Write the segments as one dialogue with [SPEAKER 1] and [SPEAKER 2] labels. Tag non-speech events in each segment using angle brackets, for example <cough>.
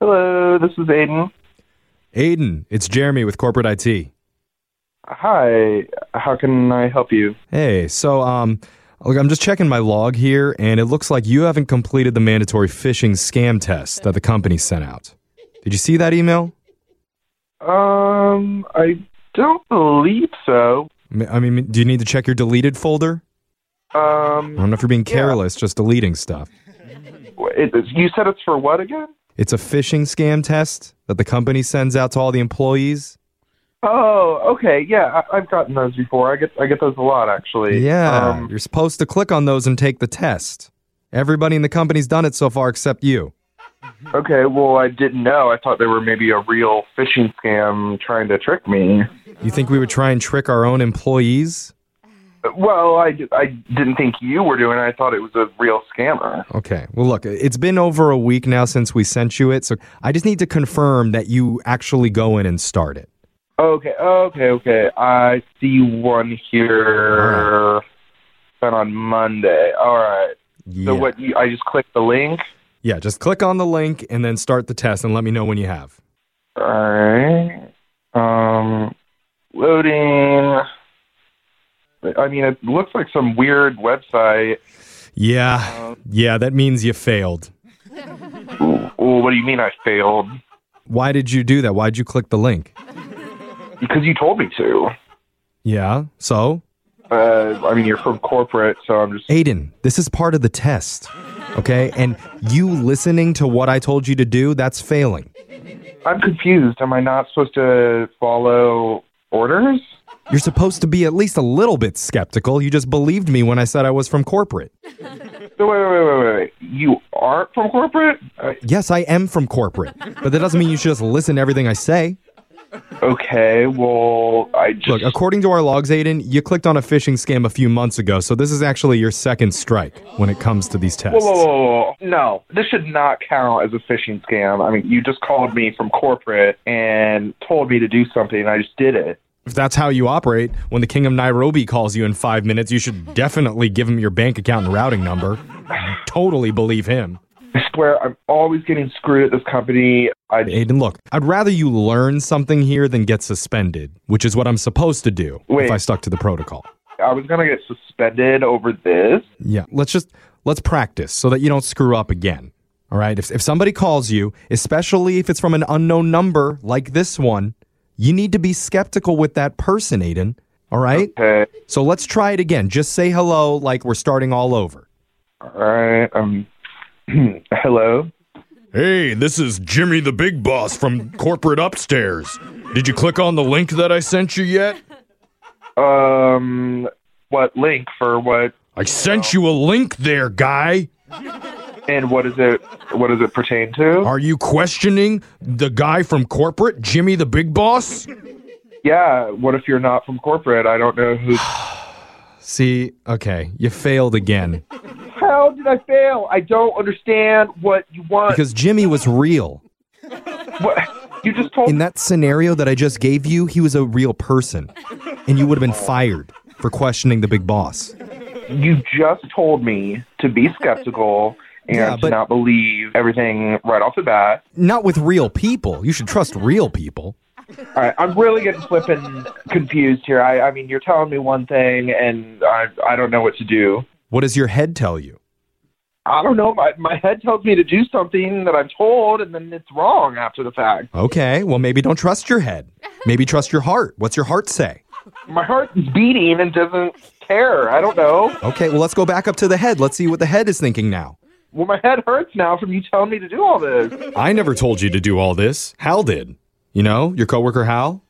[SPEAKER 1] Hello, this is Aiden.
[SPEAKER 2] Aiden, it's Jeremy with Corporate IT.
[SPEAKER 1] Hi, how can I help you?
[SPEAKER 2] Hey, so um, look, I'm just checking my log here, and it looks like you haven't completed the mandatory phishing scam test that the company sent out. Did you see that email?
[SPEAKER 1] Um, I don't believe so.
[SPEAKER 2] M- I mean, do you need to check your deleted folder? I
[SPEAKER 1] Um,
[SPEAKER 2] don't know if you're being careless, just deleting stuff.
[SPEAKER 1] it, you said it's for what again?
[SPEAKER 2] It's a phishing scam test that the company sends out to all the employees.
[SPEAKER 1] Oh, okay, yeah, I, I've gotten those before. I get I get those a lot actually.
[SPEAKER 2] Yeah,
[SPEAKER 1] Um,
[SPEAKER 2] you're supposed to click on those and take the test. Everybody in the company's done it so far except you.
[SPEAKER 1] okay, well, I didn't know. I thought they were maybe a real phishing scam trying to trick me.
[SPEAKER 2] You think we would try and trick our own employees?
[SPEAKER 1] Well, I, d- I didn't think you were doing it. I thought it was a real scammer.
[SPEAKER 2] Okay. Well, look, it's been over a week now since we sent you it, so I just need to confirm that you actually go in and start it.
[SPEAKER 1] Okay, okay, okay. I see one here sent on Monday. All right.
[SPEAKER 2] Yeah.
[SPEAKER 1] So what? You, I just click the link.
[SPEAKER 2] Yeah, just click on the link and then start the test and let me know when you have.
[SPEAKER 1] All right. Um, loading. I mean, it looks like some weird website. Uh-huh.
[SPEAKER 2] Yeah. Yeah, that means you failed.
[SPEAKER 1] Well, what do you mean I failed?
[SPEAKER 2] Why did you do that? Why'd you click the link?
[SPEAKER 1] Because you told me to.
[SPEAKER 2] Yeah. So,
[SPEAKER 1] Uh, I mean, you're from corporate, so I'm just.
[SPEAKER 2] Aiden, this is part of the test. Okay? And you listening to what I told you to do, that's failing.
[SPEAKER 1] I'm confused. Am I not supposed to follow orders?
[SPEAKER 2] You're supposed to be at least a little bit skeptical. You just believed me when I said I was from corporate.
[SPEAKER 1] No, wait, wait, wait, wait, wait. You aren't from corporate? Uh,
[SPEAKER 2] Yes, I am from corporate, but that doesn't mean you should just listen to everything I say.
[SPEAKER 1] okay, well, I just.
[SPEAKER 2] Look, according to our logs, Aiden, you clicked on a phishing scam a few months ago, so this is actually your second strike when it comes to these tests.
[SPEAKER 1] Whoa, whoa, whoa, whoa. No, this should not count as a phishing scam. I mean, you just called me from corporate and told me to do something, and I just did it.
[SPEAKER 2] If that's how you operate, when the king of Nairobi calls you in five minutes, you should definitely give him your bank account and routing number. totally believe him.
[SPEAKER 1] I swear, I'm always getting screwed at this company. I
[SPEAKER 2] Aiden, look, I'd rather you learn something here than get suspended, which is what I'm supposed to do
[SPEAKER 1] Wait.
[SPEAKER 2] if I stuck to the protocol.
[SPEAKER 1] I was gonna get suspended over this.
[SPEAKER 2] Yeah. Let's just let's practice so that you don't screw up again. All right. If if somebody calls you, especially if it's from an unknown number like this one, you need to be skeptical with that person, Aiden. All right?
[SPEAKER 1] Okay,
[SPEAKER 2] So let's try it again. Just say hello like we're starting all over.
[SPEAKER 1] all right. Um, <clears throat> hello.
[SPEAKER 2] Hey, this is Jimmy the Big Boss from corporate upstairs. Did you click on the link that I sent you yet?
[SPEAKER 1] Um, what link for what?
[SPEAKER 2] I sent you a link there, guy.
[SPEAKER 1] And what is it? What does it pertain to?
[SPEAKER 2] Are you questioning the guy from corporate, Jimmy the Big Boss?
[SPEAKER 1] Yeah. What if you're not from corporate? I don't know
[SPEAKER 2] <sighs>
[SPEAKER 1] who.
[SPEAKER 2] See, okay, you failed again
[SPEAKER 1] How did I fail? I don't understand what you want.
[SPEAKER 2] because Jimmy was real.
[SPEAKER 1] What? You just told
[SPEAKER 2] In that scenario that I just gave you, he was a real person, and you would have been fired for questioning the big boss.
[SPEAKER 1] you just told me to be skeptical and
[SPEAKER 2] <laughs> Yeah, but-
[SPEAKER 1] to not believe everything right off the bat.
[SPEAKER 2] Not with real people. You should trust real people.
[SPEAKER 1] All right, I'm really getting flipping confused here. I, I mean, you're telling me one thing, and I, I don't know what to do.
[SPEAKER 2] What does your head tell you?
[SPEAKER 1] I don't know. My, my head tells me to do something that I'm told, and then it's wrong after the fact.
[SPEAKER 2] Okay, well, maybe don't trust your head. Maybe trust your heart. What's your heart say?
[SPEAKER 1] My heart is beating and doesn't care. I don't know.
[SPEAKER 2] Okay, well, let's go back up to the head. Let's see what the head is thinking now.
[SPEAKER 1] Well, my head hurts now from you telling me to do all
[SPEAKER 2] <laughs>
[SPEAKER 1] this.
[SPEAKER 2] I never told you to do all this. Hal did. You know, your coworker Hal?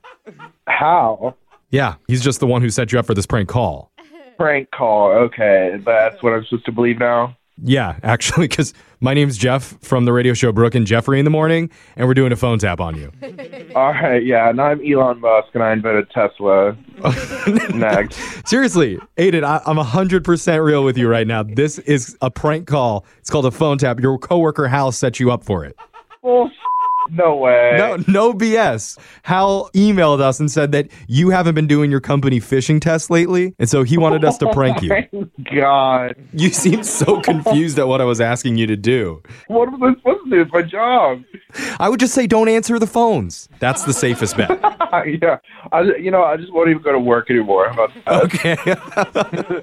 [SPEAKER 1] How?
[SPEAKER 2] Yeah, he's just the one who set you up for this prank call.
[SPEAKER 1] Prank call. Okay, that's what I'm supposed to believe now.
[SPEAKER 2] Yeah, <laughs> actually, because my name's Jeff from the radio show Brooke and Jeffrey in the morning, and we're doing a phone tap on you.
[SPEAKER 1] All right, yeah. Now I'm Elon Musk, and I invented
[SPEAKER 2] <laughs>
[SPEAKER 1] Tesla. Next.
[SPEAKER 2] Seriously, Aiden, I, I'm 100% real with you right now. This is a prank call. It's called a phone tap. Your coworker Hal set you up for it.
[SPEAKER 1] Well, No way.
[SPEAKER 2] No, no BS. Hal emailed us and said that you haven't been doing your company phishing test lately, and so he wanted us to prank you.
[SPEAKER 1] <laughs> God.
[SPEAKER 2] You seemed so confused at what I was asking you to do.
[SPEAKER 1] What was I supposed to do? It's my job. <laughs>
[SPEAKER 2] I would just say don't answer the phones. That's the safest bet.
[SPEAKER 1] yeah. I, you know, I just won't even go to work anymore. How about that?
[SPEAKER 2] Okay.